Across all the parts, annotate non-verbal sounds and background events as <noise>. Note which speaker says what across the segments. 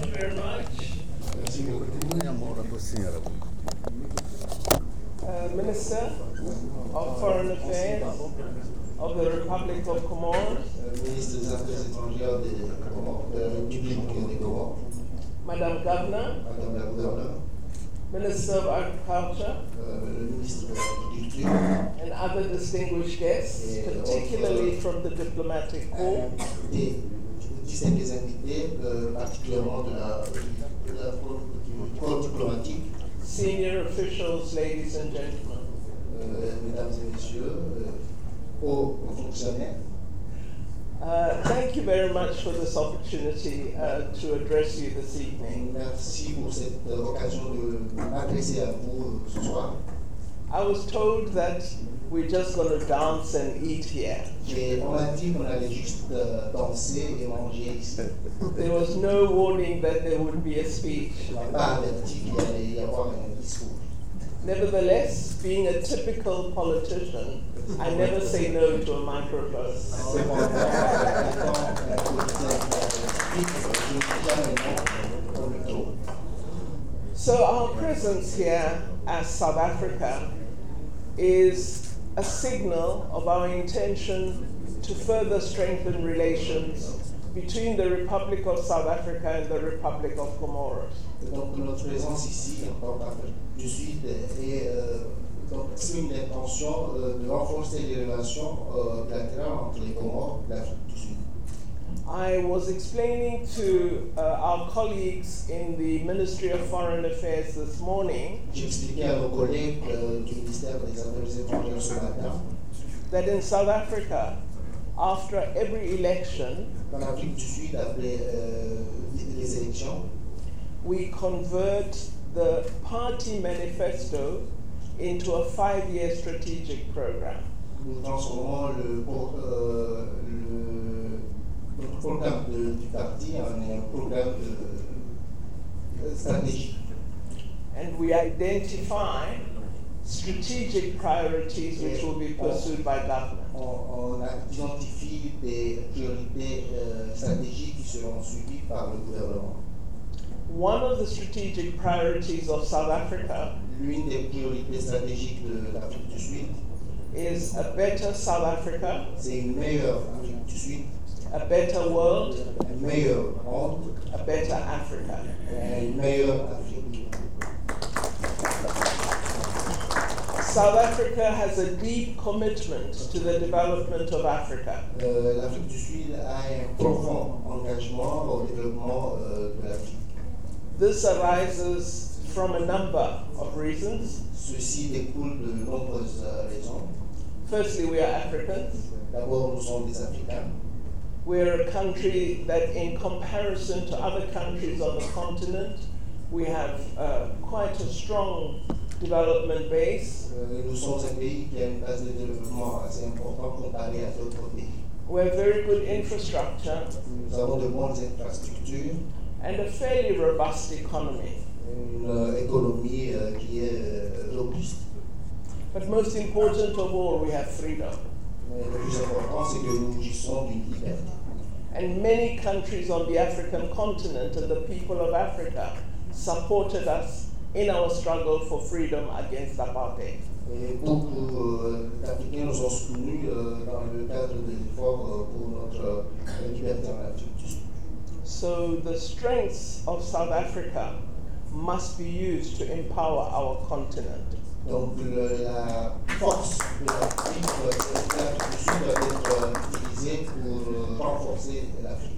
Speaker 1: very much.
Speaker 2: Namora senhora.
Speaker 1: Uh, Minister of Foreign Affairs of the Republic of Comoros,
Speaker 3: Euh, ministre des Affaires étrangères de, de la République de Gabon,
Speaker 1: Madam Governor,
Speaker 3: Madame la gouverneure,
Speaker 1: Minister of Agriculture,
Speaker 3: euh, le ministre de l'Agriculture,
Speaker 1: and other distinguished guests, particularly from the diplomatic corps,
Speaker 3: des distingués invités, euh, particulièrement de la, de la corps- du corps diplomatique,
Speaker 1: senior officials, ladies and gentlemen.
Speaker 3: euh, mesdames et messieurs, euh, aux fonctionnaires.
Speaker 1: Uh, thank you very much for this opportunity uh, to address you this evening.
Speaker 3: Merci pour cette euh, occasion de m'adresser à vous euh, ce soir.
Speaker 1: I was told that we're just going to dance and eat here.
Speaker 3: Et on m'a dit qu'on allait juste euh, danser et manger ici.
Speaker 1: There was no warning that there would be a speech.
Speaker 3: Je n'ai pas averti qu'il allait y avoir un discours.
Speaker 1: Nevertheless, being a typical politician, I never say no to a microphone. So our presence here as South Africa is a signal of our intention to further strengthen relations between the Republic of South Africa and the Republic of Comoros.
Speaker 3: Donc notre présence ici en tant que- du Sud est euh, donc c'est une intention euh, de renforcer les relations euh, bilatérales entre les Comores et l'Afrique du Sud.
Speaker 1: I was explaining to uh, our colleagues in the Ministry of Foreign Affairs this morning
Speaker 3: J'expliquais à nos collègues euh, du ministère des Affaires étrangères ce matin
Speaker 1: that in South Africa, after every election,
Speaker 3: qu'en Afrique du Sud, après euh, les élections,
Speaker 1: we convert the party manifesto into a five year strategic program.
Speaker 3: Nous transformons le, pro- euh, le- le programme de- du parti en un programme de- euh, stratégique.
Speaker 1: And we identify strategic priorities which will be pursued by government.
Speaker 3: On, on identifie des priorités euh, stratégiques qui seront suivies par le gouvernement.
Speaker 1: One of the strategic priorities of South Africa
Speaker 3: L'une des priorités stratégiques de l'Afrique du Sud,
Speaker 1: is a better South Africa,
Speaker 3: c'est une meilleure Afrique du Sud,
Speaker 1: a better world,
Speaker 3: un meilleur monde,
Speaker 1: a better Africa.
Speaker 3: une meilleure Afrique.
Speaker 1: South Africa has a deep commitment to the development of Africa.
Speaker 3: Euh, L'Afrique du Sud a un profond engagement au développement euh, de l'Afrique.
Speaker 1: This arises from a number of reasons.
Speaker 3: Ceci découle de nombreuses euh, raisons.
Speaker 1: Firstly, we are Africans.
Speaker 3: D'abord, nous sommes des Africains.
Speaker 1: We're a country that, in comparison to other countries on the continent, we have uh, quite a strong development base.
Speaker 3: Euh, nous sommes un pays qui a une base de développement assez importante comparée à d'autres pays.
Speaker 1: We have very good infrastructure
Speaker 3: Nous avons de bonnes infrastructures,
Speaker 1: and a fairly robust economy.
Speaker 3: une euh, économie euh, qui est euh, robuste.
Speaker 1: But most important of all, we have freedom.
Speaker 3: Mais le plus important, c'est que nous jouissons d'une liberté.
Speaker 1: And many countries on the African continent and the people of Africa supported us in our struggle for freedom against apartheid.
Speaker 3: Et beaucoup euh, d'Africains nous ont soutenus euh, dans le cadre de l'effort euh, pour notre euh, liberté en Afrique du Sud.
Speaker 1: So the strengths of South Africa must be used to empower our continent.
Speaker 3: Donc le- la force de l'Afrique euh, de l'Afrique du Sud doit être euh, utilisée pour euh, renforcer l'Afrique.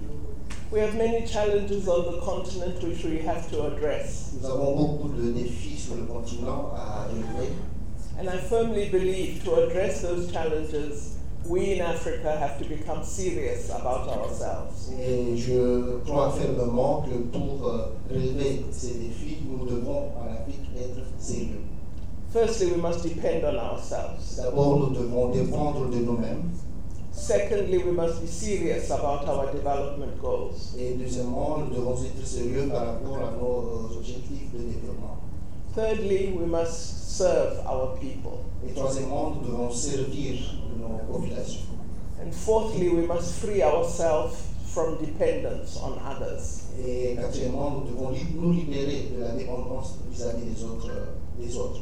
Speaker 1: We have many challenges on the continent which we have to address.
Speaker 3: Nous avons beaucoup de défis sur le continent à relever.
Speaker 1: And I firmly believe to address those challenges, we in Africa have to become serious about ourselves.
Speaker 3: Et je crois fermement que pour euh, relever ces défis, nous devons en Afrique être sérieux.
Speaker 1: Firstly, we must depend on ourselves.
Speaker 3: D'abord, nous devons dépendre de nous-mêmes.
Speaker 1: Secondly, we must be serious about our development goals.
Speaker 3: Et deuxièmement, nous devons être sérieux par rapport à nos euh, objectifs de développement.
Speaker 1: Thirdly, we must serve our people.
Speaker 3: Et troisièmement, nous devons servir nos populations.
Speaker 1: And fourthly, we must free ourselves from dependence on others.
Speaker 3: Et quatrièmement, nous devons li- nous libérer de la dépendance vis-à-vis des autres. euh, des autres.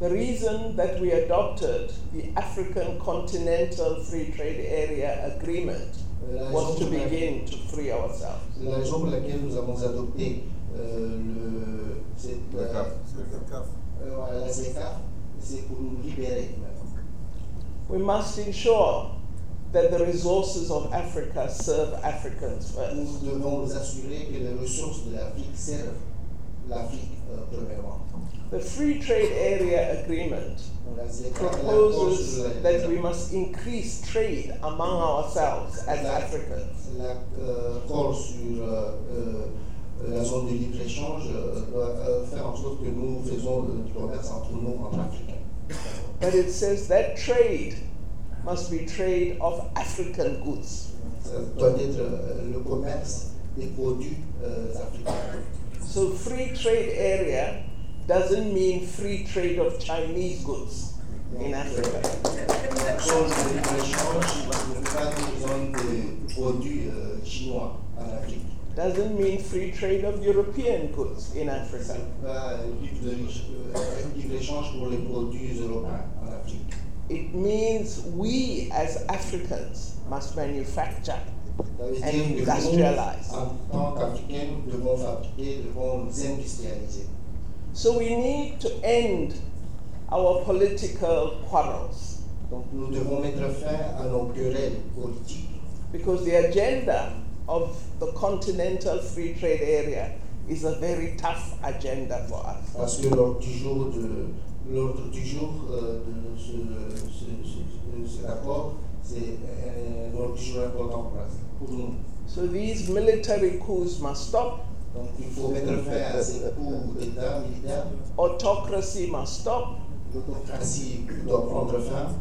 Speaker 1: The reason that we adopted the African Continental Free Trade Area Agreement
Speaker 3: Euh, La raison
Speaker 1: was to
Speaker 3: pour laquelle-
Speaker 1: begin to free ourselves.
Speaker 3: la raison pour laquelle nous avons adopté euh, le, cette,
Speaker 2: Le
Speaker 3: euh,
Speaker 2: cap.
Speaker 3: euh, voilà, la CECAF, c'est pour nous libérer.
Speaker 1: We must ensure that the resources of Africa serve Africans first.
Speaker 3: Nous devons nous assurer que les ressources de l'Afrique servent l'Afrique euh, premièrement.
Speaker 1: The Free Trade Area Agreement
Speaker 3: Donc, la CECAF elle accorde
Speaker 1: proposes
Speaker 3: sur la-
Speaker 1: that we must increase trade among ourselves as Africans.
Speaker 3: l'accord sur euh, euh, la zone de libre-échange euh, doit euh, faire en sorte que nous faisons euh, du commerce entre nous, entre Africains.
Speaker 1: But it says that trade must be trade of African goods.
Speaker 3: Ça doit être euh, le commerce des produits euh, africains.
Speaker 1: So free trade area doesn't mean free trade of Chinese goods in Africa.
Speaker 3: L'action de libre-échange ne fait pas dire des produits euh, chinois en Afrique.
Speaker 1: Doesn't mean free trade of European goods in
Speaker 3: Ça
Speaker 1: Africa.
Speaker 3: ne fait pas euh, libre- euh, un libre-échange pour les produits européens en Afrique.
Speaker 1: It means we as Africans must manufacture.
Speaker 3: Ça veut dire
Speaker 1: And
Speaker 3: que nous,
Speaker 1: industrialize.
Speaker 3: en tant qu'Africains, nous devons fabriquer, nous devons nous industrialiser.
Speaker 1: So we need to end our political quarrels.
Speaker 3: Donc nous devons mettre fin à nos querelles politiques
Speaker 1: because the agenda of the continental free trade area is a very tough agenda for us.
Speaker 3: parce que l'ordre du jour de l'ordre du jour euh, de ce, ce- ce- ce- cet accord, c'est un ordre du jour important pour us- pour nous.
Speaker 1: So these military coups must stop,
Speaker 3: Donc il faut mettre fin à ces coups d'État militaire.
Speaker 1: autocracy must stop,
Speaker 3: L'autocratie doit prendre fin,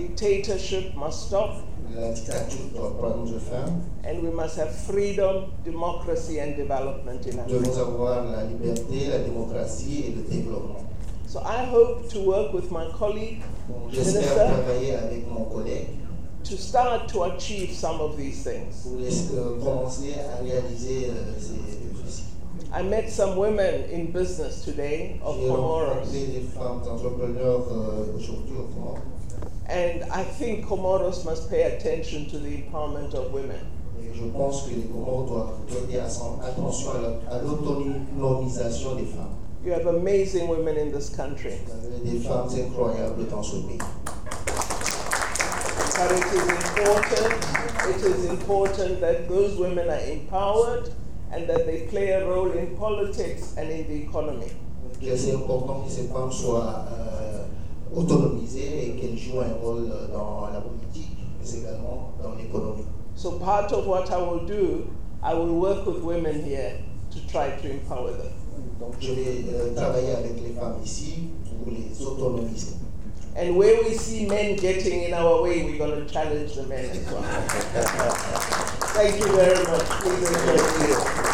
Speaker 1: dictatorship must stop,
Speaker 3: la dictature doit prendre fin.
Speaker 1: and we must have freedom, democracy, and development in
Speaker 3: Nous devons
Speaker 1: Africa.
Speaker 3: avoir la liberté, la démocratie et le développement.
Speaker 1: So I hope to work with my colleague
Speaker 3: Donc,
Speaker 1: Minister.
Speaker 3: J'espère travailler avec mon collègue
Speaker 1: to start to achieve some of these things.
Speaker 3: pour euh, commencer à réaliser euh, ces ces-
Speaker 1: I met some women in business today of
Speaker 3: J'ai rencontré
Speaker 1: Comoros,
Speaker 3: des femmes entrepreneurs euh, aujourd'hui au Comores.
Speaker 1: and I think Comoros must pay attention to the empowerment of women.
Speaker 3: Et je pense que les Comores doivent prêter à son- attention à la- à l'autonomisation des femmes.
Speaker 1: You have amazing women in this country.
Speaker 3: Vous avez des femmes incroyables dans ce pays.
Speaker 1: But it is important, it is important that those women are empowered and that they play a role in politics and in the economy.
Speaker 3: Que C'est important que ces femmes soient euh, autonomisées et qu'elles jouent un rôle euh, dans la politique, mais également dans l'économie.
Speaker 1: So part of what I will do, I will work with women here to try to empower them.
Speaker 3: Donc je vais euh, travailler avec les femmes ici pour les autonomiser.
Speaker 1: And where we see men getting in our way, we're going to <laughs> challenge the men as well. Thank you very much. Please enjoy the meal.